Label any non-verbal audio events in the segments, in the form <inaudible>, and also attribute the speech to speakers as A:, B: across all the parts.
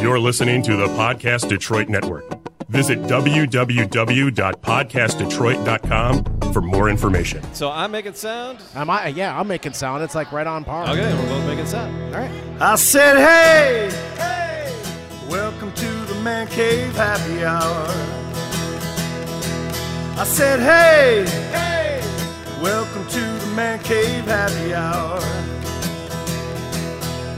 A: You're listening to the Podcast Detroit Network. Visit www.podcastdetroit.com for more information.
B: So I'm making sound.
C: Am I? Yeah, I'm making sound. It's like right on par.
B: Okay, we're both making sound.
C: All right.
D: I said, hey, hey, welcome to the Man Cave Happy Hour. I said, hey, hey, welcome to the Man Cave Happy Hour.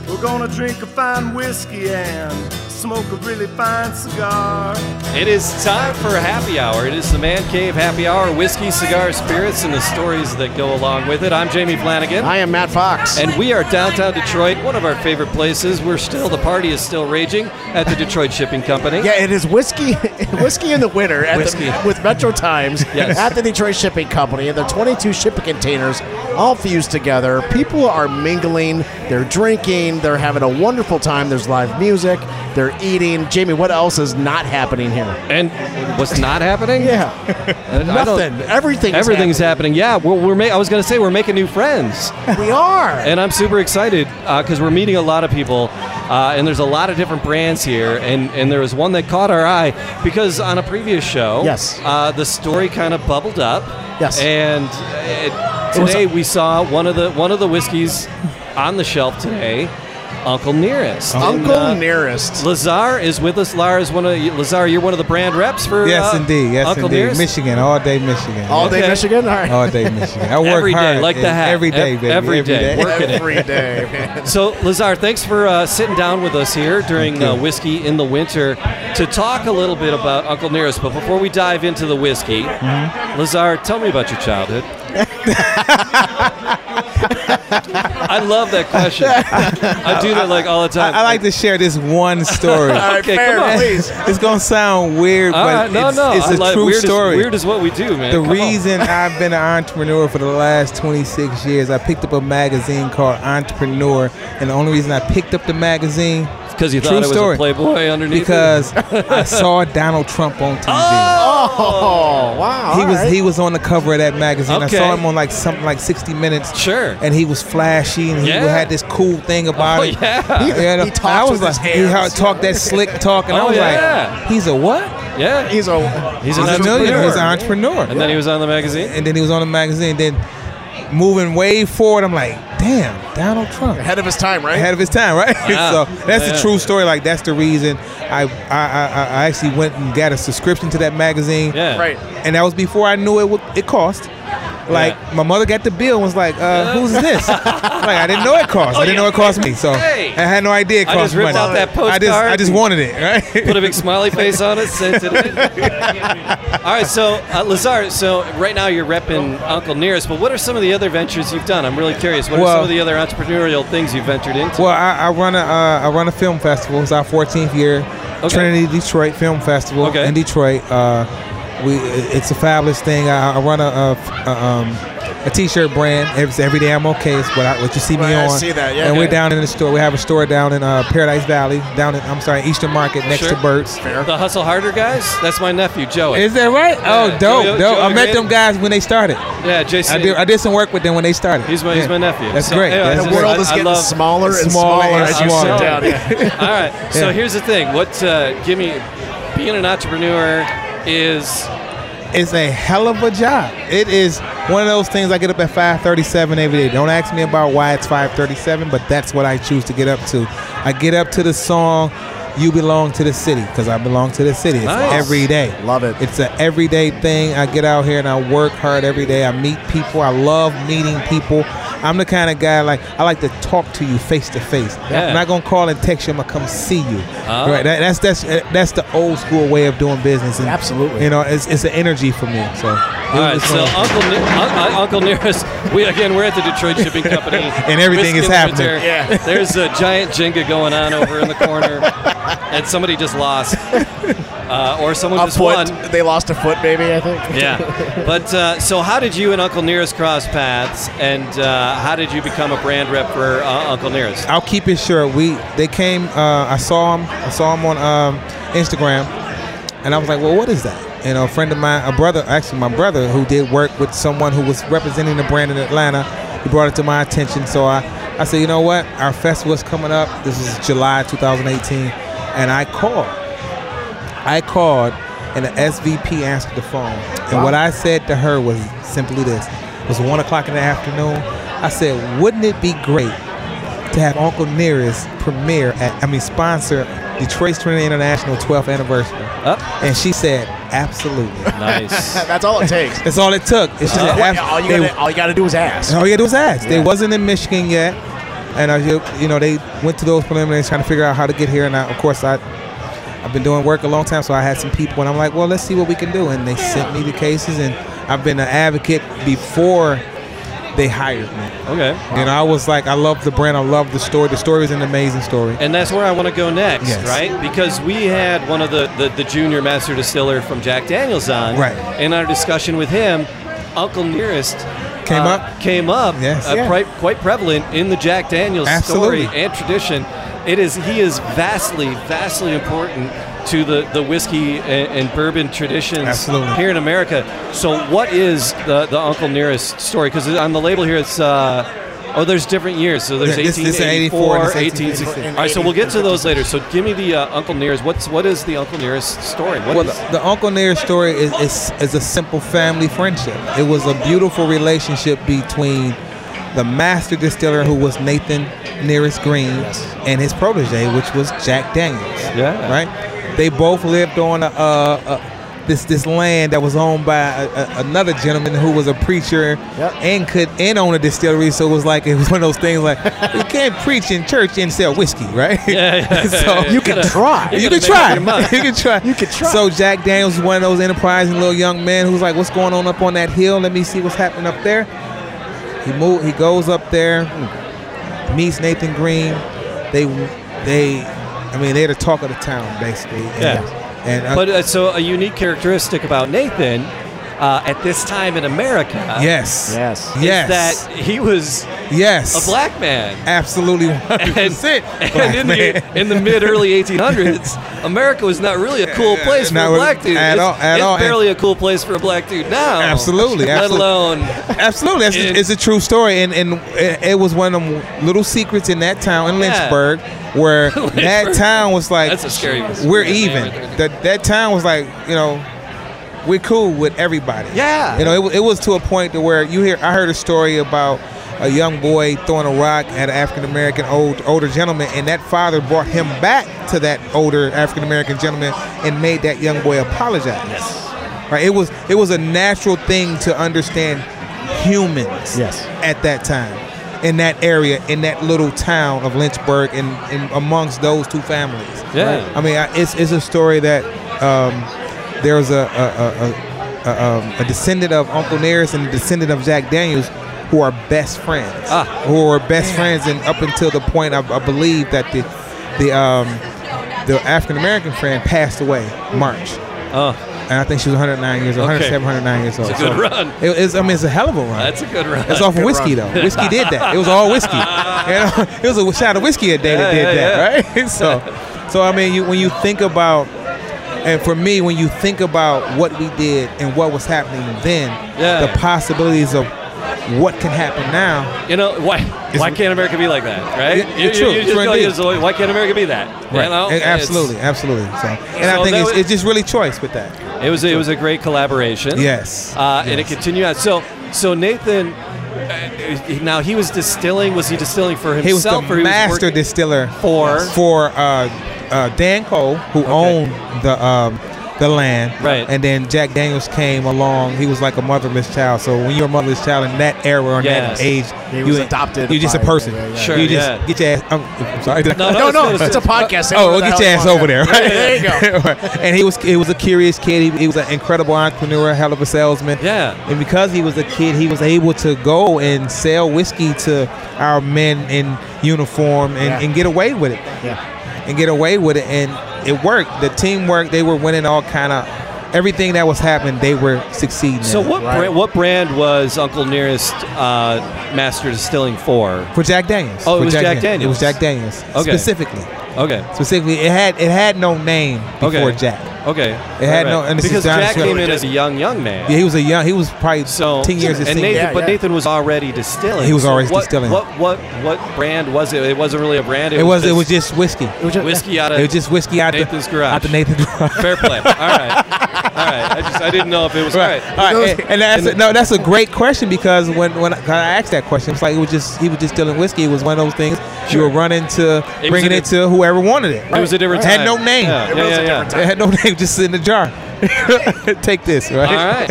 D: We're gonna drink a fine whiskey and smoke a really fine cigar.
B: It is time for happy hour. It is the Man Cave Happy Hour, whiskey, cigar, spirits, and the stories that go along with it. I'm Jamie Flanagan.
C: I am Matt Fox.
B: And we are downtown Detroit, one of our favorite places. We're still, the party is still raging at the Detroit Shipping Company.
C: yeah, it is whiskey, <laughs> whiskey in the winter at the-
B: Whiskey.
C: with Metro Times
B: Yes.
C: at the Detroit Shipping Company, and the 22 shipping containers all fused together. People are mingling, they're drinking, they're having a wonderful time. There's live music, they're eating. Jamie, what else is not happening here?
B: And what's not happening?
C: Yeah,
B: I don't-
C: nothing. Everything's
B: Everything's happening. Yeah, we're, we're ma- I was going to say we're making new friends.
C: happening. We are.
B: and I'm super excited because we're meeting a lot of people, uh, and there's a lot of different brands here, and and there was one that caught our eye because on a previous show,
C: Yes.
B: uh, the story kind of bubbled up,
C: Yes.
B: and uh
C: It was
B: today
C: a-
B: we saw one of the one of the whiskeys on the shelf today, Uncle Nearest.
C: Uncle
B: And, uh,
C: Nearest.
B: Lazar is with us. Lazar is one of Lazar. You're one of the brand reps for
E: Yes,
B: uh,
E: indeed. Yes,
B: Uncle
E: indeed.
B: Nearest?
E: Michigan, all day Michigan.
C: All day
B: okay. Oh,
C: Michigan? All right.
E: all day Michigan. I work
B: Every day,
E: hard.
B: like the hat.
E: Every day,
B: Ev-
E: baby.
B: every day. Work- Working it.
C: Every day, man.
B: <laughs> So, Lazar, thanks for uh, sitting down with us here during uh, Whiskey in the Winter to talk a little bit about Uncle Nearest. But before we dive into the whiskey,
E: Mm-hmm.
B: Lazar, tell me about your childhood.
E: <laughs>
B: I love that question. I do that like all the time.
E: <laughs> I, I like to share this
B: <laughs>
E: one story.
C: All right,
B: Okay,
C: fair,
B: come on.
C: please.
E: <laughs> it's gonna sound weird,
B: All
E: but
B: right, no,
E: it's,
B: no,
E: it's
B: I
E: a
B: like-
E: true
B: weird
E: story.
B: Is, weird is what we do, man.
E: the
B: Come on. <laughs>
E: reason I've been an entrepreneur for the last 26 years, I picked up a magazine called Entrepreneur, and the only reason I picked up the magazine
B: because you
E: True
B: thought it was
E: story.
B: a Playboy underneath. it?
E: because
B: <laughs>
E: I saw Donald Trump on TV.
C: Oh, wow.
E: he
C: all
E: was
C: right.
E: he was on the cover of that magazine.
B: Okay.
E: I saw him on like something like 60 Minutes.
B: Sure.
E: And he was flashy and he
B: Yeah.
E: had this cool thing about
B: Oh,
E: it.
B: yeah.
E: You know,
C: he talks
E: and I was
C: with
E: like,
C: his
E: he
C: hands.
E: ha- talked that slick talk, and
B: Oh,
E: I was
B: yeah.
E: like, he's a what?
B: yeah,
C: He's a
B: He's an
E: He's a millionaire. He's an entrepreneur.
B: and then he was on the magazine.
E: And then he was on the magazine. Then moving way forward, I'm like, damn, Donald Trump
C: ahead of his time, right?
E: ahead of his time, right? <laughs>
B: Yeah.
E: so that's
B: Yeah.
E: the true story. Like that's the reason I I, I I- I actually went and got a subscription to that magazine.
B: Yeah,
C: right.
E: and that was before I knew it would, it cost. Like
B: Yeah.
E: my mother got the bill and was like, uh,
B: <laughs>
E: "Who's this?" like I didn't know it cost.
B: Oh,
E: I didn't
B: yeah.
E: know it cost me, so
B: Hey.
E: I had no idea it
B: I
E: cost
B: just ripped
E: money.
B: out that
E: I just I
B: postcard.
E: just wanted it, right?
B: <laughs> put a big smiley face on it, sent it in. All right, so uh, Lazar, so right now you're repping Uncle Nearest, but what are some of the other ventures you've done? I'm really curious. What are
E: Well-
B: some of the other entrepreneurial things you've ventured into?
E: well, I, I run a uh, I run a film festival. It's our 14th year,
B: Okay.
E: Trinity Detroit Film Festival
B: Okay.
E: in Detroit. Uh, we it's a fabulous thing. I, I run a, a, a um. A T-shirt brand. Every, every day I'm okay. It's what, I, what you see me
C: Right, I
E: on.
C: see that, yeah.
E: And we're
B: Okay.
E: down in the store. We have a store down in uh, Paradise Valley. Down in I'm sorry, Eastern Market next
B: Sure.
E: to Burt's.
B: the Hustle Harder guys? That's my nephew, Joey.
E: Is that right? Oh,
B: Yeah.
E: dope,
B: Joey-
E: dope.
B: Joey
E: I met
B: Grant.
E: them guys when they started.
B: yeah, Jason.
E: I did, I did some work with them when they started.
B: He's my- he's my nephew.
E: That's
B: So,
E: great.
B: anyway,
E: That's
B: the
C: The
E: great.
C: world
B: I-
C: is
B: I
C: getting
B: love-
C: smaller and
E: smaller
C: smaller
E: and
C: as you
E: smaller.
C: sit down. Yeah.
B: All right. So
E: Yeah.
B: here's the thing. What uh, give me being an entrepreneur is
E: It's a hell of a job. It is one of those things I get up at 5:37 every day. Don't ask me about why it's 5:37, but that's what I choose to get up to. I get up to the song "You Belong to the City" because I belong to the city. It's
B: Nice.
E: every day.
C: Love it.
E: It's an everyday thing. I get out here and I work hard every day. I meet people. I love meeting people. I'm the kind of guy like I like to talk to you face to face.
B: Yeah.
E: I'm not gonna call and text you. I'm gonna come see you.
B: Oh.
E: Right? That, that's that's that's the old school way of doing business. And,
C: Absolutely.
E: You know, it's it's an energy for me. So. um,
B: all right. So Uncle ne- Un- Un- Uncle Nearest, we again we're at the Detroit Shipping
E: <laughs>
B: Company,
E: And everything
B: Whiskey
E: is
B: in the
E: happening.
B: Winter.
C: Yeah.
B: <laughs> There's a giant Jenga going on over in the
C: <laughs>
B: corner, and somebody just lost, uh, or someone
C: A
B: just
C: foot.
B: won.
C: They lost a foot, maybe, I think.
B: Yeah. <laughs> But uh, so, how did you and Uncle Nearest cross paths, and uh, how did you become a brand rep for uh, Uncle Nearest?
E: I'll keep it short. We they came. Uh, I saw him. I saw him on um, Instagram, and I was like, "Well, what is that?" You know, a friend of mine, a brother, actually my brother, who did work with someone who was representing the brand in Atlanta. He brought it to my attention, so I I said, "You know what? Our festival is coming up. This is July 2018." and I called. I called, and the SVP answered the phone. And what I said to her was simply this: it was one o'clock in the afternoon. I said, "Wouldn't it be great to have Uncle Nearest premiere at, I mean, sponsor Detroit's Trinity International 12th anniversary?"
C: Uh,
B: Up.
E: And she said, "Absolutely."
B: Nice.
C: <laughs> That's all it takes.
E: That's all it took. It's just
C: Uh,
E: abs-
C: all, you
E: they-
C: gotta, all you gotta do is ask.
E: and all you had to do was ask. They
C: Yeah.
E: wasn't in Michigan yet, and I, ju- you know, they went to those preliminaries trying to figure out how to get here. And I, of course, I, I've been doing work a long time, so I had some people, and I'm like, well, let's see what we can do. And they sent me the cases, and I've been an advocate before they hired me.
B: okay.
E: And I was like, I love the brand, I love the story. The story is an amazing story.
B: And that's where I want to go next,
E: Yes.
B: right? Because we had one of the, the, the junior master distiller from Jack Daniels on.
E: Right.
B: In our discussion with him, Uncle Nearest uh,
E: Came up.
B: Came up.
E: Yes.
B: uh,
E: Yeah.
B: pri- quite prevalent in the Jack Daniels
E: Absolutely.
B: story and tradition. It is he is vastly, vastly important to the, the whiskey and, and bourbon traditions
E: Absolutely.
B: here in America. So what is the, the Uncle Nearest story? Because on the label here it's uh, Oh, there's different years. So there's
E: Yeah, this- this is
B: 1884,
E: 84, and it's
B: 1860.
E: 1886.
B: All right, so we'll get to those later. So give me the uh, Uncle Nearest. What's what is the Uncle Nearest story? What
E: well,
B: is-
E: the, the Uncle Nearest story is, is is a simple family friendship. It was a beautiful relationship between the master distiller, who was Nathan Nearest Green, and his protege, which was Jack Daniels.
B: Yeah.
E: right. They both lived on a, a, a this this land that was owned by a, a, another gentleman who was a preacher
C: Yep.
E: and could and own a distillery. So it was like it was one of those things like you can't preach in church and sell whiskey, right?
B: Yeah, yeah,
E: <laughs> so
B: yeah, yeah.
C: You can try.
E: you
B: gotta
E: can
B: make
E: try.
B: up your mind.
E: <laughs> you can try. You
C: can try.
E: So Jack Daniels was one of those enterprising little young men who's like, "What's going on up on that hill? Let me see what's happening up there." He move. He goes up there, hmm, meets Nathan Green. They, they, I mean, they're the talk of the town basically. And-
B: Yeah.
E: And uh,
B: but uh, so a unique characteristic about Nathan uh, at this time in America
E: yes,
C: Yes.
B: is
E: yes,
B: uh, that he was
E: yes,
B: a black man. <laughs>
E: absolutely, <laughs> hundred percent
B: and in the, <laughs> in the mid early 1800s, America was not really a cool place for a
E: Not really-
B: black dude.
E: at
B: it's,
E: all- at
B: it's
E: all.
B: barely a cool place for a black dude now. <laughs>
E: Absolutely,
B: Let
E: absolutely.
B: alone
E: <laughs> Absolutely, That's,
B: It-
E: it's a true story, and and it, it was one of them little secrets in that town in
B: Yeah.
E: Lynchburg,
B: <laughs>
E: where
B: Lynchburg.
E: that town was like,
B: That's a scary-
E: We're
B: scary name
E: even.
B: right
E: That that town was like, you know, we're cool with everybody.
B: Yeah.
E: you know, it, wa- it was to a point to where you hear. I heard a story about a young boy throwing a rock at an African American old older gentleman, and that father brought him back to that older African American gentleman and made that young boy apologize. Right? It was it was a natural thing to understand humans
C: Yes.
E: at that time in that area in that little town of Lynchburg and, and amongst those two families.
B: Yeah.
E: I mean, I, it's it's a story that um, there was a a, a, a, a, um, a descendant of Uncle Nearest and a descendant of Jack Daniels who are best friends.
B: Ah.
E: Who are best friends, and up until the point I, I believe that the the um, the African American friend passed away March
B: oh,
E: and I think she was 109 years old,
B: Okay.
E: 107, 109 years old.
B: It's a good run.
E: It, it's, I mean, it's a hell of a run.
B: that's a good run.
E: That's all from whiskey, though. Whiskey did that. It was
B: <laughs>
E: all whiskey. You know? It was a shot of whiskey a day that
B: Yeah,
E: did
B: yeah,
E: that, right? <laughs> So, so I mean, you, when you think about, and for me, when you think about what we did and what was happening then,
B: Yeah.
E: the possibilities of what can happen now,
B: You know why? Why can't America be like that, right?
E: Yeah,
B: you,
E: it's
B: you-
E: true.
B: you
E: It's
B: just
E: true
B: go,
E: indeed.
B: you just, why can't America be that? You know?
E: And
B: It's-
E: absolutely, absolutely. So,
B: So
E: and I think
B: that
E: it's,
B: was-
E: it's just really choice with that.
B: It was a, it was a great collaboration.
E: Yes.
B: Uh, And it continued on. So so Nathan, uh, now he was distilling. Was he distilling for
E: He was the
B: himself or he was
E: master
B: working
E: distiller
B: for?
E: for uh, uh, Dan Cole, who owned the um, the land,
B: Right.
E: And then Jack Daniels came along. He was like a motherless child. So when you're a motherless child in that era or in
B: Yes.
E: that age,
C: He
E: you
C: was
E: ain't-
C: adopted
E: You're just a
C: by-
E: person.
C: yeah, yeah, yeah.
B: Sure,
E: You just
B: yeah.
E: get your ass. I'm, I'm sorry.
B: No,
C: No, no,
B: it's-
C: it's a podcast. Say
E: Oh,
C: whatever
E: well,
C: the
E: get
C: hell
E: your
C: you
E: ass
C: want.
E: over there, right?
C: There you go.
E: <laughs> and he was he was a curious kid. He, he was an incredible entrepreneur, a hell of a salesman.
B: Yeah.
E: And because he was a kid, he was able to go and sell whiskey to our men in uniform and,
C: Yeah.
E: and get away with it
C: Yeah.
E: and get away with it and it worked the teamwork they were winning all kind of everything that was happening they were succeeding
B: So
E: in.
B: what
C: Right.
B: brand, what brand was Uncle Nearest uh, master distilling for?
E: for Jack Daniels
B: Oh, it
E: For
B: was Jack
E: it was
B: Daniels.
E: Jack Daniels
B: Okay.
E: specifically
B: Okay.
E: specifically it had it had no name before
B: Okay.
E: Jack
B: Okay.
E: It had no- and this is
B: because
E: down-
B: Jack came in as a young, young man.
E: Yeah, he was a young. He was probably
B: So
E: ten years his
B: and
E: senior.
B: Nathan,
C: Yeah,
B: but
C: yeah.
B: Nathan was already distilling.
E: He was
B: So
E: already
B: what,
E: distilling.
B: What what what brand was it? It wasn't really a brand. It,
E: It was. It was just whiskey. It
C: was just-
B: whiskey out of.
E: was just whiskey out
B: Nathan's
E: the
B: garage.
E: Out the Nathan's
B: <laughs>
E: garage.
B: fair play. All right, all right. I just I didn't know if it was
E: Right.
B: all
E: All right. And, and that's
B: And-
E: no, that's a great question because when when I, when I asked that question, it's like it was just he was just dealing whiskey. It was one of those things you were running to
B: was
E: bringing
B: a
E: it to whoever wanted it.
B: It was a different time.
E: Had no name.
B: Yeah, yeah, yeah, yeah.
E: It had no name. Just in the jar. <laughs> Take this. Right.
B: All right.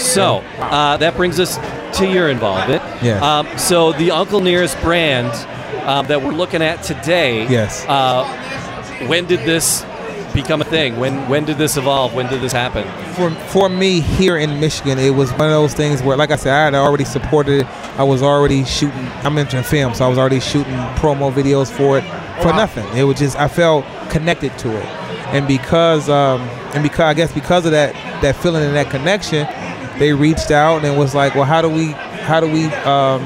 B: So uh, that brings us to your involvement.
E: Yeah.
B: Um, so the Uncle Nearest brand um, that we're looking at today.
E: Yes.
B: Uh, when did this become a thing? When when did this evolve? When did this happen?
E: for for me here in Michigan, it was one of those things where, like I said, I had already supported it. I was already shooting. I'm into film, so I was already shooting promo videos for it for nothing. It was just I felt connected to it, and because um, and because I guess because of that that feeling and that connection, they reached out and was like, well, how do we how do we um,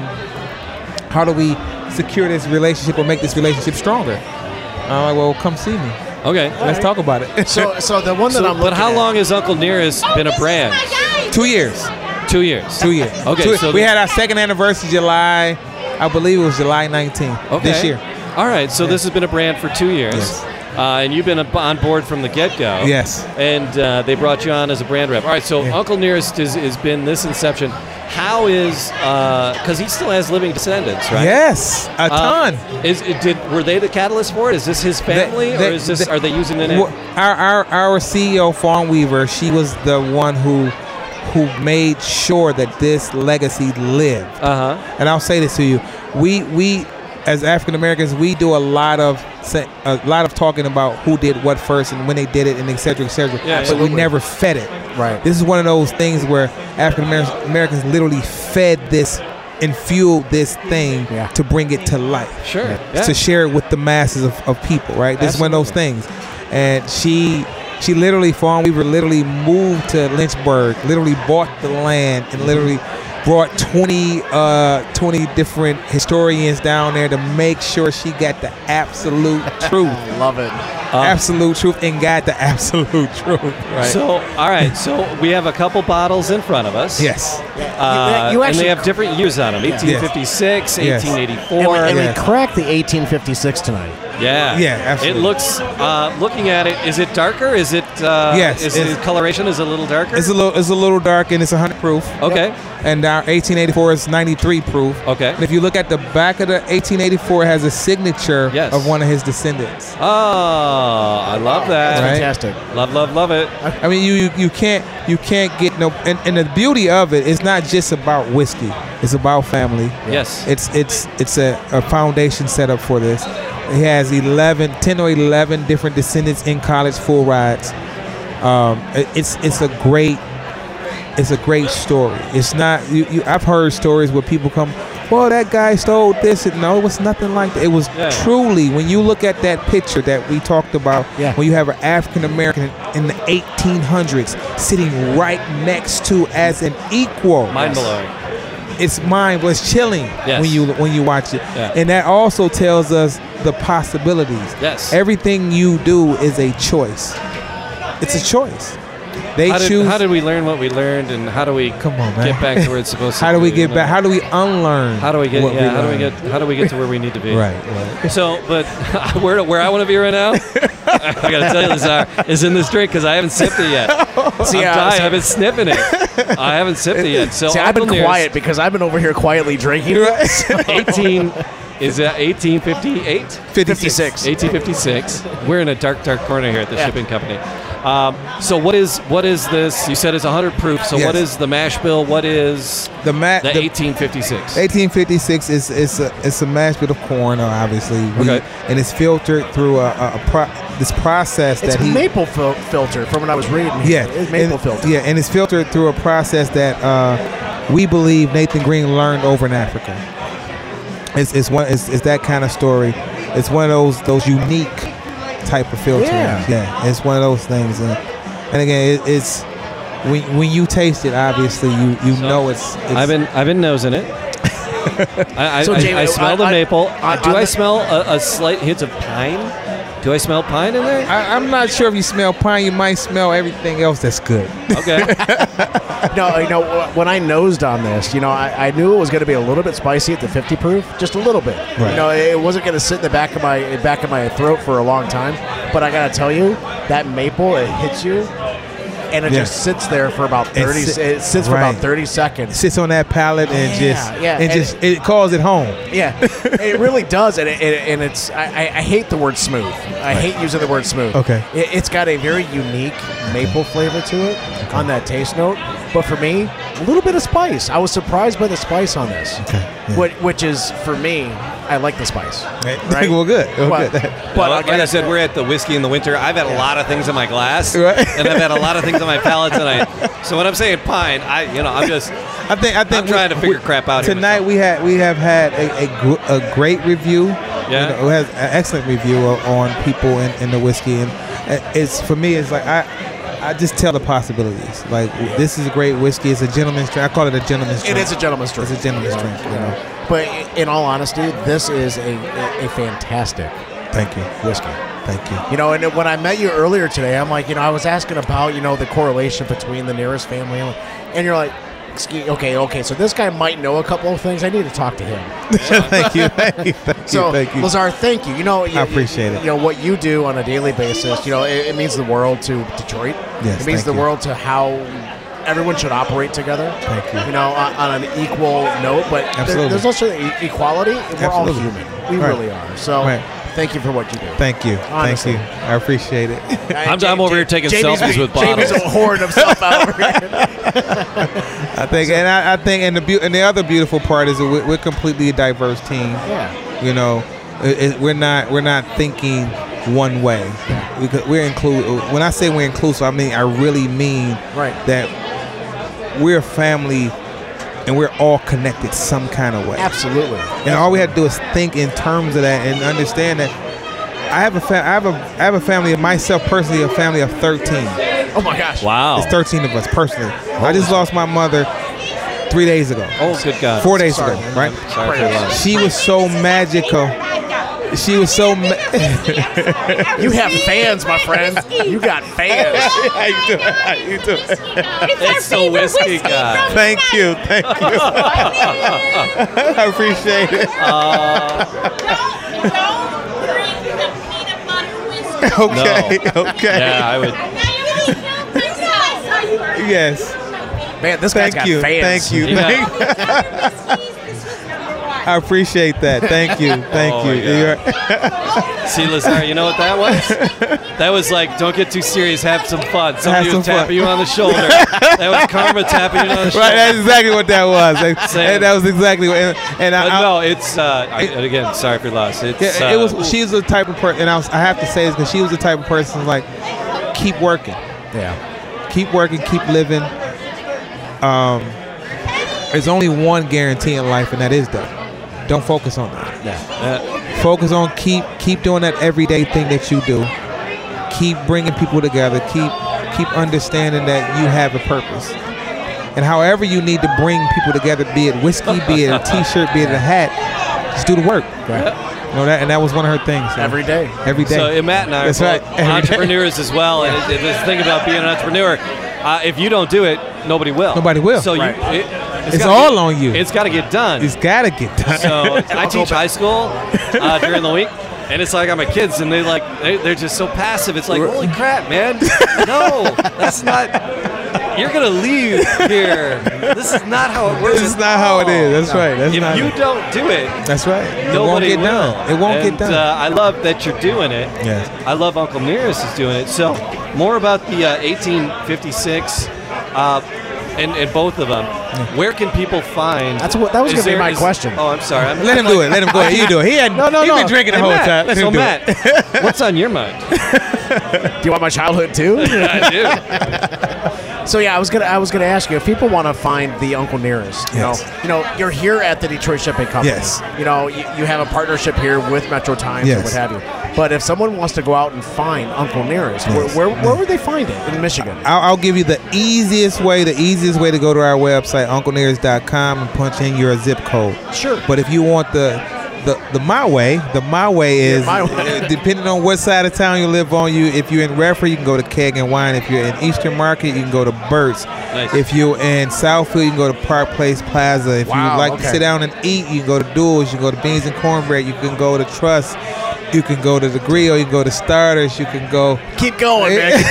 E: how do we secure this relationship or make this relationship stronger? I'm like, well, come see me.
B: Okay.
E: Let's talk about it. <laughs>
C: So, so the one that
B: So-
C: I'm looking
B: but how
C: at-
B: long has Uncle Nearest been a brand?
E: Two years.
B: Two years.
E: Two years.
B: <laughs> Okay,
E: Two-
B: so
E: we
B: the-
E: had our second anniversary July, I believe it was July 19th
B: Okay.
E: this year.
B: All right. So this has been a brand for two years.
E: Yes.
B: Uh, and you've been ab- on board from the get go.
E: Yes.
B: And uh, they brought you on as a brand rep. All right. So
E: Yeah.
B: Uncle Nearest is, has been this inception. How is, because he still has living descendants, right?
E: Yes, a
B: Uh,
E: ton.
B: Is it- did were they the catalyst for it? Is this his family,
E: They-
B: or
E: they-
B: is this
E: they-
B: are they using the name?
E: Well, Our, our our CEO Fawn Weaver, she was the one who who made sure that this legacy lived.
B: uh huh.
E: and I'll say this to you: we we as African Americans, we do a lot of sa- a lot of talking about who did what first and when they did it and et cetera, et cetera.
B: Yeah,
E: but we
B: absolutely.
E: never fed it.
C: Right.
E: This is one of those things where African Ameri- Americans literally fed this and fueled this thing
C: Yeah.
E: to bring it to life
B: Sure. Yeah.
E: to share it with the masses of, of people, right? This is one of those things. And she she literally Fawn Weaver literally moved to Lynchburg, literally bought the land and literally brought 20, uh, 20 different historians down there to make sure she got the absolute truth.
C: Love it.
E: absolute truth and got the <laughs> absolute truth. Right.
B: So all right. So we have a couple bottles in front of us.
E: yes.
B: Uh,
C: You- you
B: and
C: actually-
B: they have different years on them 1856,
E: Yes.
B: 1884.
C: And, we, and we
E: Yeah.
C: cracked the 1856 tonight.
B: Yeah,
E: Yeah, absolutely.
B: It looks. Uh, looking at it, is it darker? Is it? Uh,
E: Yes,
B: Is
E: it's-
B: the coloration is it a little darker?
E: It's a little it's a little dark and it's 100 proof.
B: okay.
E: and our 1884 is 93 proof.
B: Okay.
E: And if you look at the back of the 1884, it has a signature
B: Yes.
E: of one of his descendants.
B: Oh, I love that.
E: Right.
C: Fantastic.
B: Love, love, love it.
E: I mean, you you, you can't you can't get no. And, and the beauty of it is not just about whiskey. It's about family.
B: Yes.
E: It's it's it's a, a foundation set up for this. He has 11, 10 or 11 different descendants in college full rides. Um, it- it's it's a great it's a great story. It's not you, you I've heard stories where people come, well that guy stole this and no, it was nothing like that. It was
B: Yeah.
E: truly when you look at that picture that we talked about
C: Yeah.
E: when you have an African American in the 1800s sitting right next to as an equal
B: Mind blowing.
E: it's mind was chilling
B: Yes.
E: when you when you watch it
B: Yeah.
E: and that also tells us the possibilities
B: Yes.
E: everything you do is a choice it's a choice they
B: How did,
E: choose
B: how did we learn what we learned, and how do we
E: Come on, man.
B: get back to where it's supposed to?
E: <laughs> How do we
B: be,
E: get
B: you
E: back
B: know?
E: how do we unlearn
B: How do we get?
E: what
B: yeah. how do we
E: learned?
B: get? How do we get to where we need to be?
E: right, right.
B: So, but <laughs> where, where I want to be right
E: <laughs>
B: now, I gotta tell you, Lazar is in this drink because I haven't sipped it
E: <laughs>
B: yet.
C: See,
B: I'm
C: uh,
B: dying.
C: see-
B: I've been sniffing it. I haven't sipped it
E: <laughs>
B: yet. So
C: see, I've been
B: Uncle Nearest,
C: quiet because I've been over here quietly drinking.
B: 18 <laughs> is that 1858?
C: 56.
B: 1856. We're in a dark, dark corner here at the
C: Yeah.
B: shipping company. Um, so what is what is this? You said it's 100 proof. So what
E: Yes.
B: is the mash bill? What is
E: The mat
B: the,
E: the,
B: 1856?
E: 1856 is it's a it's a mash bill of corn, uh, obviously, wheat,
B: Okay.
E: and it's filtered through a, a, a pro, this process
C: It's
E: that he
C: maple fil- filter from what I was reading.
E: Yeah,
C: It's maple
E: and,
C: filter.
E: Yeah, and it's filtered through a process that uh, we believe Nathan Green learned over in Africa. It's, it's one it's, it's that kind of story. It's one of those those unique type of filtering.
C: Yeah.
E: it's one of those things. And, and again, it, it's when, when you taste it, obviously you you know it's. it's
B: I've been I've been nosing it. I, I,
C: So,
B: I-
C: Jamie,
B: I, smell the
C: I- I-
B: maple.
C: I-
B: Do
C: I'm
B: I
C: the-
B: smell a, a slight hint of pine? Do I smell pine in
C: <laughs>
B: there?
E: I, I'm not sure if you smell pine. You might smell everything else that's good.
B: Okay.
C: No, you know when I nosed on this, you know I, I knew it was going to be a little bit spicy at the 50 proof, just a little bit.
E: Right.
C: You know it wasn't going to sit in the back of my back of my throat for a long time. But I got to tell you, that maple it hits you, and it
E: Yeah.
C: just sits there for about 30.
E: sit-
C: it sits for
E: right.
C: about 30 seconds.
E: Sits on that palate and
C: Yeah,
E: just
C: yeah,
E: and,
C: and
E: just it, calls it home.
C: Yeah, it really does, and it, and it- and it's I, I I hate the word smooth. I hate using the word smooth.
E: Okay.
C: it, it's got a very unique maple flavor to it on that taste note. But for me, a little bit of spice. I was surprised by the spice on this.
E: Okay, yeah.
C: which, which is for me, I like the spice. Right.
E: <laughs> well, good. Well, <laughs>
C: But,
E: good.
C: but
B: Well,
C: I
B: like
C: gotta-
B: I said, we're at the whiskey in the winter. I've had a lot of things in my glass,
E: <laughs> Right.
B: and I've had a lot of things on my palate tonight. So when I'm saying pine, I you know I'm just
E: I think I think
B: I'm trying to figure crap out here
E: Tonight
B: myself.
E: we had we have had a, a, gr- a great review.
B: Yeah.
E: you know, we had an excellent review o- on people in, in the whiskey, and uh, it's for me it's like I. I just tell the possibilities. Like this is a great whiskey. It's a gentleman's drink. I call it a gentleman's
C: it
E: drink.
C: is a gentleman's drink.
E: It's a gentleman's
C: Yeah,
E: drink, you
C: yeah.
E: know.
C: But i- in all honesty, this is a, a, a fantastic
E: Thank you.
C: whiskey.
E: Thank
C: <laughs>
E: you.
C: You know, and when I met you earlier today, I'm like, you know, I was asking about, you know, the correlation between the nearest family, and, and you're like, excuse, okay, okay, so this guy might know a couple of things. I need to talk to him. <laughs>
E: thank you. Thank you. Thank
C: So,
E: you. Thank you.
C: Lazar, thank you. You know, you,
E: I appreciate it.
C: You know what you do on a daily basis. You know, it, it means the world to Detroit.
E: Yes,
C: it means
E: thank
C: the
E: you.
C: world to how everyone should operate together.
E: Thank you.
C: You know, on, on an equal note, but there-
E: Absolutely.
C: there's also e- equality. We're all
E: Absolutely.
C: human. We
E: Right.
C: really are. So,
E: Right.
C: thank you for what you do.
E: Thank you.
C: Honestly.
E: Thank you. I appreciate
C: <laughs>
E: it.
B: I'm- I'm over here taking selfies with
C: Jamie's
B: bottles.
C: whoring himself out
B: <laughs>
C: over here.
E: I think, and I, I think, and the beau- and the other beautiful part is that we're, we're completely a diverse team.
C: Yeah.
E: You know, it, it- we're not we're not thinking one way. We, could- we're include. When I say we're inclusive, I mean I really mean
C: Right.
E: that we're a family, and we're all connected some kind of way.
C: Absolutely.
E: And all we have to do is think in terms of that and understand that I have a fa- I have a I have a family of myself personally a family of thirteen.
C: Oh my gosh.
B: wow.
E: It's 13 of us personally. I just lost my mother three days ago,
B: Oh, good God.
E: four days
C: Sorry.
E: ago, right?
B: Sorry for your loss.
E: <laughs> She was so magical. She was so. Ma-
C: <laughs> You have fans, my friend. You got fans.
B: Oh
E: How you doing? How you doing?
B: It's the whiskey guy.
E: Thank you, thank you. <laughs> I appreciate it. <laughs> Okay, okay.
B: Yeah, I would.
E: Yes.
C: Man, this guy's
E: Thank
C: got
E: you.
C: fans.
E: Thank <laughs> you.
B: Yeah.
E: <laughs> Thank. I appreciate that.
B: <laughs>
E: Thank you. Thank
B: Oh, my
E: you.
B: God.
E: You're-
B: See, Lazar, you know what that was? That was like, don't get too serious, have some fun. Somebody
E: some
B: was tapping
E: fun.
B: you on the shoulder.
E: <laughs>
B: that was karma tapping you on the
E: right.
B: shoulder.
E: That's exactly what that was. Like,
B: <laughs> Same.
E: and that was exactly what. And, and I,
B: But
E: I-
B: no, it's uh, I- and again. Sorry for your loss. It's
E: Yeah,
B: uh,
E: it was. She was the type of person, and I, was, I have to say this because she was the type of person like, keep working,
C: Yeah.
E: keep working, keep living. Um, there's only one guarantee in life, and that is death. Don't focus on that.
B: uh,
E: Focus on keep keep doing that everyday thing that you do. Keep bringing people together. Keep keep understanding that you have a purpose. And however you need to bring people together, be it whiskey, be
C: <laughs>
E: it a t-shirt, be it a hat, just do the work. You know that, and that was one of her things. so.
C: Every day.
E: Every day.
B: so and Matt and I
E: That's
B: are both
E: right. Every day.
B: entrepreneurs as well. And it, it, this thing about being an entrepreneur, uh, if you don't do it, nobody will.
E: Nobody will.
B: So
C: Right.
B: you, it,
E: It's
B: gotta
E: all
B: get-
E: on you.
B: It's got to get done.
E: It's gotta get done. <laughs>
B: So I teach high school uh, during the week, and it's like I'm my kids, and they like they, they're just so passive. It's like holy crap,
E: <laughs>
B: man! No, that's not. You're gonna leave here. This is not how it works.
E: this is
B: at
E: not how it
B: all.
E: is. That's right. That's
B: Oh. If
E: not.
B: you don't do it,
E: that's right. It won't
B: nobody
E: get
B: will.
E: done. It won't
B: And,
E: get done.
B: Uh, I love that you're doing it.
E: Yes.
B: I love Uncle Nearest is doing it. So more about the uh, 1856. Uh, and, and both of them. Where can people find?
C: That's what- that was
B: is
C: gonna be
B: there-
C: my
B: is-
C: question.
B: Oh, I'm sorry. I'm,
E: let him do it. Let him go. ahead. You do it. He had
C: No, no,
E: he
C: no.
E: been drinking the
B: Hey,
E: whole
B: Matt,
E: time. Let
B: so
E: him do it. <laughs>
B: Matt, what's on your mind?
C: Do you want my childhood too?
B: I do.
C: So yeah, I was gonna I was gonna ask you if people want to find the Uncle Nearest. You
E: Yes.
C: know, you know, you're here at the Detroit Shipping Company.
E: Yes.
C: You know, you, you have a partnership here with Metro Times and
E: Yes.
C: what have you. But if someone wants to go out and find Uncle Nearest,
E: Yes.
C: where, where where would they find it in Michigan?
E: I'll, I'll give you the easiest way, the easiest way to go to our website, unclenearest.com, and punch in your zip code.
C: Sure.
E: But if you want the the, the my way, the my way is
C: my way.
E: uh, <laughs> depending on what side of town you live on. You if you're in Redford, you can go to Keg and Wine. If you're in Eastern Market, you can go to Burt's.
B: Nice.
E: If you're in Southfield, you can go to Park Place Plaza. If
C: Wow,
E: you like
C: okay.
E: to sit down and eat, you can go to Duels. You can go to Beans and Cornbread. You can go to Trust. You can go to the Grill. You can go to Starters. You can go.
C: Keep going, man. Keep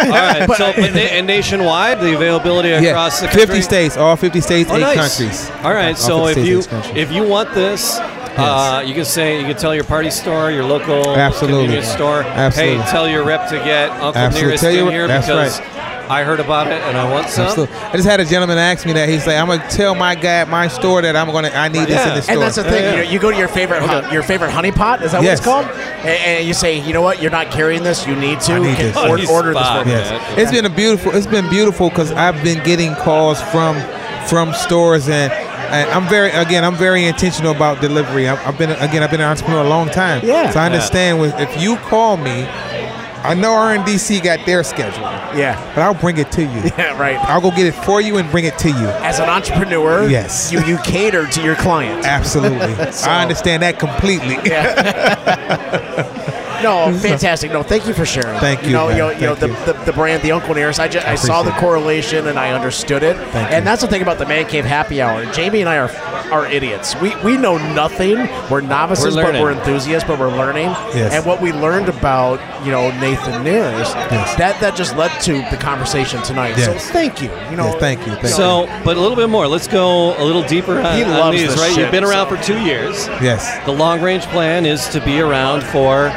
B: <laughs> All right. so, but na- and nationwide, the availability across the country.
E: 50 states, all 50 states,
B: Oh,
E: eight
B: nice.
E: countries.
B: All right. so if
E: 50
B: you
E: states, eight countries.
B: if you want this, uh, you can say you can tell your party store, your local
E: Absolutely.
B: convenience store,
E: Absolutely.
B: hey, tell your rep to get Uncle
E: Absolutely.
B: Nearest
E: Tell your
B: in
E: rep-
B: here
E: that's
B: because I heard about it and I want some.
E: Absolutely. I just had a gentleman ask me that. He's like, "I'm gonna tell my guy at my store that I'm gonna I need this
B: Yeah.
E: in the store."
C: And that's the thing.
B: Yeah,
C: You,
B: yeah.
C: know, you go to your favorite hon- your favorite honey pot. Is that
E: Yes.
C: what it's called? And, and you say, you know what? You're not carrying this. You need to.
E: I need
C: Can-
E: this.
C: or-
B: Oh, he's
C: order this
B: spot
C: for me.
E: Yes,
B: Yeah.
E: it's been a beautiful. It's been beautiful because I've been getting calls from from stores and. And I'm very again. I'm very intentional about delivery. I've, I've been again. I've been an entrepreneur a long time.
C: Yeah.
E: So I understand. With, if you call me, I know RNDC got their schedule,
C: Yeah. <laughs>
E: but I'll bring it to you.
C: Yeah. Right.
E: I'll go get it for you and bring it to you.
C: As an entrepreneur,
E: Yes.
C: you, you cater to your clients.
E: Absolutely.
C: <laughs> So-
E: I understand
C: <laughs>
E: that completely. <laughs>
C: No, fantastic. No, thank you for sharing.
E: Thank you,
C: You know,
E: man.
C: you know, you know,
E: Thank
C: the,
E: you.
C: The, the brand, the Uncle Nearest. I, ju- I saw the
E: appreciate it.
C: correlation and I understood it.
E: Thank
C: and
E: you.
C: that's the thing about the man cave happy hour. Jamie and I are are idiots. We we know nothing. We're novices,
B: We're
C: but
B: learning.
C: we're enthusiasts, but we're learning.
E: Yes.
C: And what we learned about you know Nathan Nearest,
E: Yes.
C: that that just led to the conversation tonight.
E: Yes.
C: So thank you. You know,
E: Yes, thank you, thank you.
B: So, but a little bit more. Let's go a little deeper on,
C: He
B: on
C: loves
B: these,
C: this
B: right?
C: shit.
B: You've been around for two years.
E: Yes.
B: The long range plan is to be around for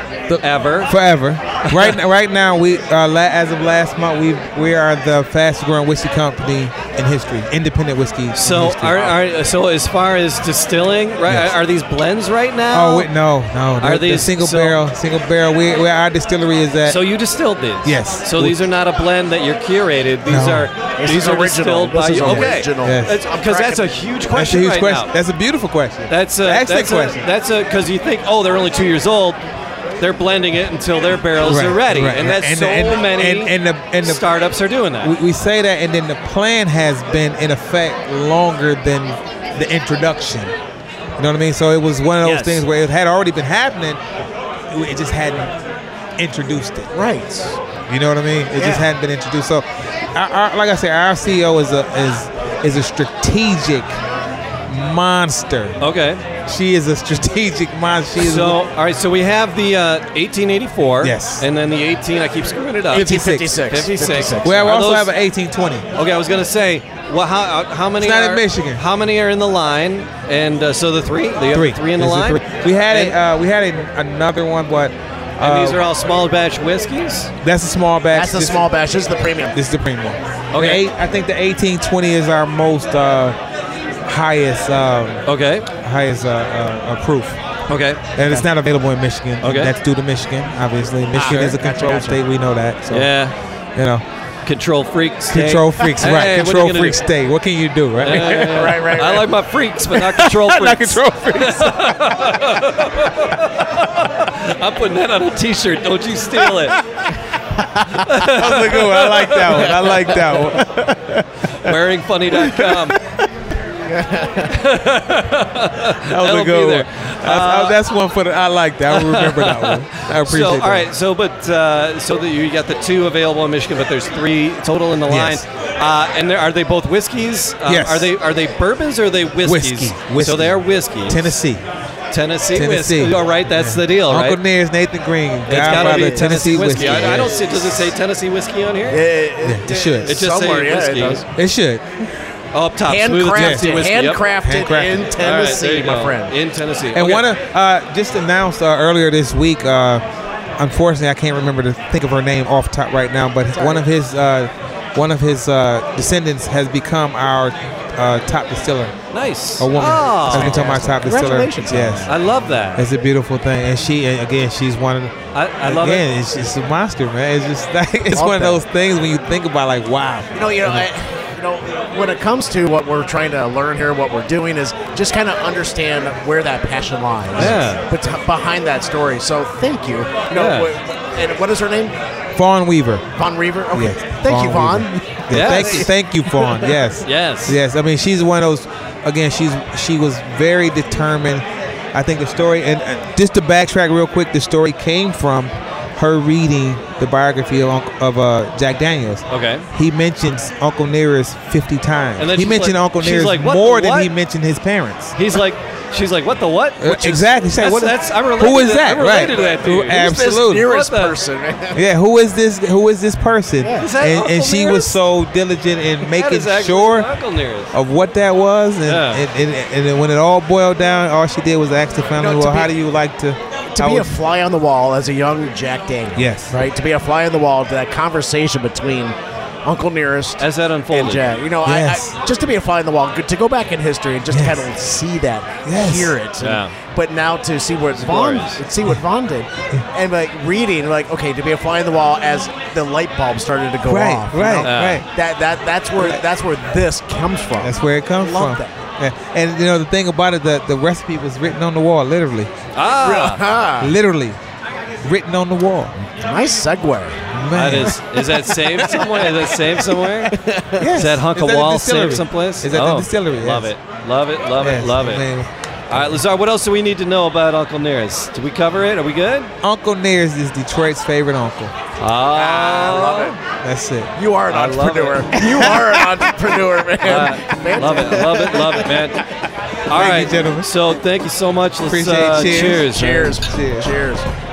B: ever.
E: Forever. Right now, right now we uh, la- as of last month we we are the fastest growing whiskey company in history, independent whiskey. in
B: So,
E: history.
B: are, are, so as far as distilling, right?
E: Yes.
B: Are, are these blends right now?
E: oh wait, no, no.
B: Are
E: Are the
B: these-
E: single
B: so-
E: barrel, single barrel? We, where our distillery is at.
B: So you distilled these?
E: Uh, Yes.
B: So these are not a blend that you're curated. These
E: No.
B: are
C: This
B: these
C: is
B: are
C: original.
B: distilled
C: This
B: by
C: is
B: you. Okay.
C: original.
E: Yes.
B: Because
C: I'm
B: that's a
C: cracking-
B: huge question
E: that's a huge
B: right
E: question.
B: now.
E: That's a beautiful question.
B: That's a
E: excellent
B: that's
E: question.
B: A, that's a because you think oh they're only two years old, they're blending it until their barrels
E: Right,
B: are ready,
E: right,
B: and
E: right.
B: that's
E: And-
B: so
E: and-
B: many
E: and- and the- and the-
B: startups are doing that.
E: we, we say that, and then the plan has been in effect longer than the introduction. You know what I mean? So it was one of those
C: Yes.
E: things where it had already been happening, it just hadn't introduced it.
C: right.
E: You know what I mean? It just hadn't been introduced. So, our, our, like I said, our CEO is a is is a strategic monster.
B: okay.
E: She is a strategic monster. She is
B: So all right, so we have the uh, 1884.
E: Yes.
B: And then the 18. I keep screwing it up.
E: 56.
C: 56.
B: 56.
E: Well, we
B: Are
E: also
B: those-
E: have an eighteen twenty.
B: Okay, I was gonna say, well, how uh, how many
E: It's not
B: are
E: in Michigan.
B: How many are in the line? And uh, so the three, the other
E: Three.
B: three in the
E: There's a
B: line.
E: three. We had
B: and,
E: a uh, we had a, another one, but
B: and
E: uh,
B: these are all small batch whiskeys.
E: that's a small batch.
C: That's the
E: This-
C: small batch. This is the premium.
E: This is the premium.
B: Okay.
E: The eight, I think the eighteen twenty is our most uh, highest um,
B: Okay.
E: highest uh, uh, uh, proof.
B: Okay.
E: And it's not available in Michigan.
B: Okay. Ah,
E: That's due to Michigan, obviously. Michigan
B: sure.
E: is a
C: Gotcha,
E: control
C: gotcha.
E: state. We know that. So,
B: Yeah.
E: You know,
B: Control freaks.
E: control freaks, right?
B: Hey, what are you
E: control
B: gonna
E: freak
B: do?
E: state. What can you do, right?
C: right, right,
B: I
C: right.
B: like my freaks, but not control freaks.
E: <laughs> Not control freaks.
B: <laughs> I'm putting that on a T-shirt. Don't you steal
E: <laughs>
B: it?
E: That was a good one. <laughs> I like that one. I
B: <laughs>
E: like that one.
B: Wearingfunny.com.
E: That was
B: That'll
E: a good
B: be
E: one.
B: there. Uh,
E: That's, that's one for the. I like that. I remember that one. I appreciate
B: <laughs> So
E: that.
B: all right. So but uh, so that you got the two available in Michigan, but there's three total in the line.
E: Yes.
B: Uh, and there, are they both whiskeys? Uh,
E: Yes.
B: Are they are they bourbons or are they whiskeys?
E: Whiskey. Whiskey.
B: So they are whiskeys.
E: Tennessee.
B: Tennessee,
E: Tennessee.
B: whiskey. All right, that's the deal,
E: Uncle
B: right?
E: Near's Nathan Green.
B: it's got to
E: Godfather
B: be
E: of Tennessee whiskey.
B: I- I,
E: Yeah.
B: don't see. Does it say Tennessee whiskey on here?
C: Eh,
E: Yeah, it should.
B: It just
C: Somewhere, yeah,
B: says
C: it
B: whiskey.
C: does.
E: It should.
B: Oh, up top, smooth as Tennessee
C: handcrafted,
B: whiskey. Yep.
C: handcrafted,
E: Handcrafted.
C: in
B: All right, there
C: Tennessee,
B: you
C: my
B: go.
C: friend.
B: In Tennessee. Oh,
E: And
B: Okay.
E: one of uh, just announced uh, earlier this week. Uh, unfortunately, I can't remember to think of her name off top right now. But one of his uh, one of his uh, descendants has become our uh, top distiller,
B: Nice.
E: a woman.
B: Oh,
E: That's become my top distiller.
C: Congratulations.
E: Yes,
B: I love that.
E: it's a beautiful thing, and she and again she's one of. The,
B: I, I love
E: again,
B: it.
E: It's, it's a monster, man. It's just <laughs> like it's
C: Love
E: one
C: that.
E: of those things when you think about like wow.
C: No, you know, I, you know, when it comes to what we're trying to learn here, what we're doing is just kind of understand where that passion lies.
B: Yeah.
C: But behind that story, so thank you. You know,
B: Yeah.
C: wh- and what is her name?
E: Fawn Weaver.
C: Von Reaver. Okay.
E: Yes.
C: Thank you, Von.
E: Weaver. Yeah,
B: Yes.
E: Thank you, thank
B: <laughs>
E: you, Fawn. Yes.
B: Yes.
E: Yes. I mean, she's one of those. Again, she's she was very determined. I think the story, and and just to backtrack real quick, the story came from her reading the biography of, Unc- of uh, Jack Daniels.
B: Okay.
E: He mentions Uncle Nearest 50 times.
B: And then
E: he
B: she's
E: mentioned
B: like-
E: Uncle
B: she's
E: Nearest
B: like, "What the
E: more than
B: what?"
E: he mentioned his parents.
B: He's like, she's like, what the what? Which is-
E: Uh, exactly. Say,
B: that's,
E: what is-
B: that's, I'm related
E: who is
B: to-
E: that?
B: I'm related
E: Right.
B: to that dude.
E: Who-
B: Who's this
E: absolutely.
B: nearest
C: Nearest
B: person?
C: person.
E: Yeah, who is this? Who is this person?
B: Is that
E: and
B: Uncle
E: and she was
B: Nearest?
E: so diligent in
B: That
E: making
B: is actually
E: sure
B: my uncle nearest.
E: of what that was, and,
B: Yeah.
E: and, and, and then when it all boiled down, all she did was ask the family,
C: You know, to
E: "Well, how
C: be-
E: do you like to?"
C: to
E: how
C: be a
E: would-
C: fly on the wall as a young Jack Daniels.
E: Yes.
C: Right? To be a fly on the wall to that conversation between Uncle Nearest
B: As that unfolded.
C: and Jack. You know,
E: Yes.
C: I, I, just to be a fly on the wall, good to go back in history and just
E: Yes.
C: kind of see that,
E: Yes.
C: hear it. and-
B: Yeah.
C: But now to see what Vaughn,
B: glorious.
C: see what Vaughn
E: <laughs>
C: did, and like reading, like okay, to be a fly on the wall as the light bulb started to go
E: right,
C: off. you
E: right,
C: know?
B: Yeah.
E: right.
C: That that that's where that's where this comes from.
E: That's where it comes
C: Love
E: from.
C: that.
E: Yeah. And you know the thing about it, the the recipe was written on the wall, literally,
B: Ah,
C: Ah,
E: literally, written on the wall.
C: nice segue.
E: Man.
B: that is. Is that saved somewhere? Is that saved somewhere?
E: <laughs> Yes.
B: Is that hunk
E: It's
B: of
E: at the
B: wall
E: distillery.
B: saved someplace?
E: Is that
B: oh,
E: the distillery?
B: Love
E: yes.
B: it. Love it. Love
E: Yes,
B: it. Love
E: I
B: it.
E: mean,
B: All right, Lazar. What else do we need to know about Uncle Nearest? Did we cover it? Are we good?
E: Uncle Nearest is Detroit's favorite uncle.
B: Ah,
E: That's it.
C: You are an
B: I love
C: entrepreneur. <laughs> You are an entrepreneur, man.
B: Uh, love it, love it, love it, man. All right,
E: you, gentlemen.
B: So thank you so much. Let's
E: Appreciate
B: uh,
E: it. Cheers.
B: cheers. man.
C: Cheers.
E: Cheers.
C: Cheers.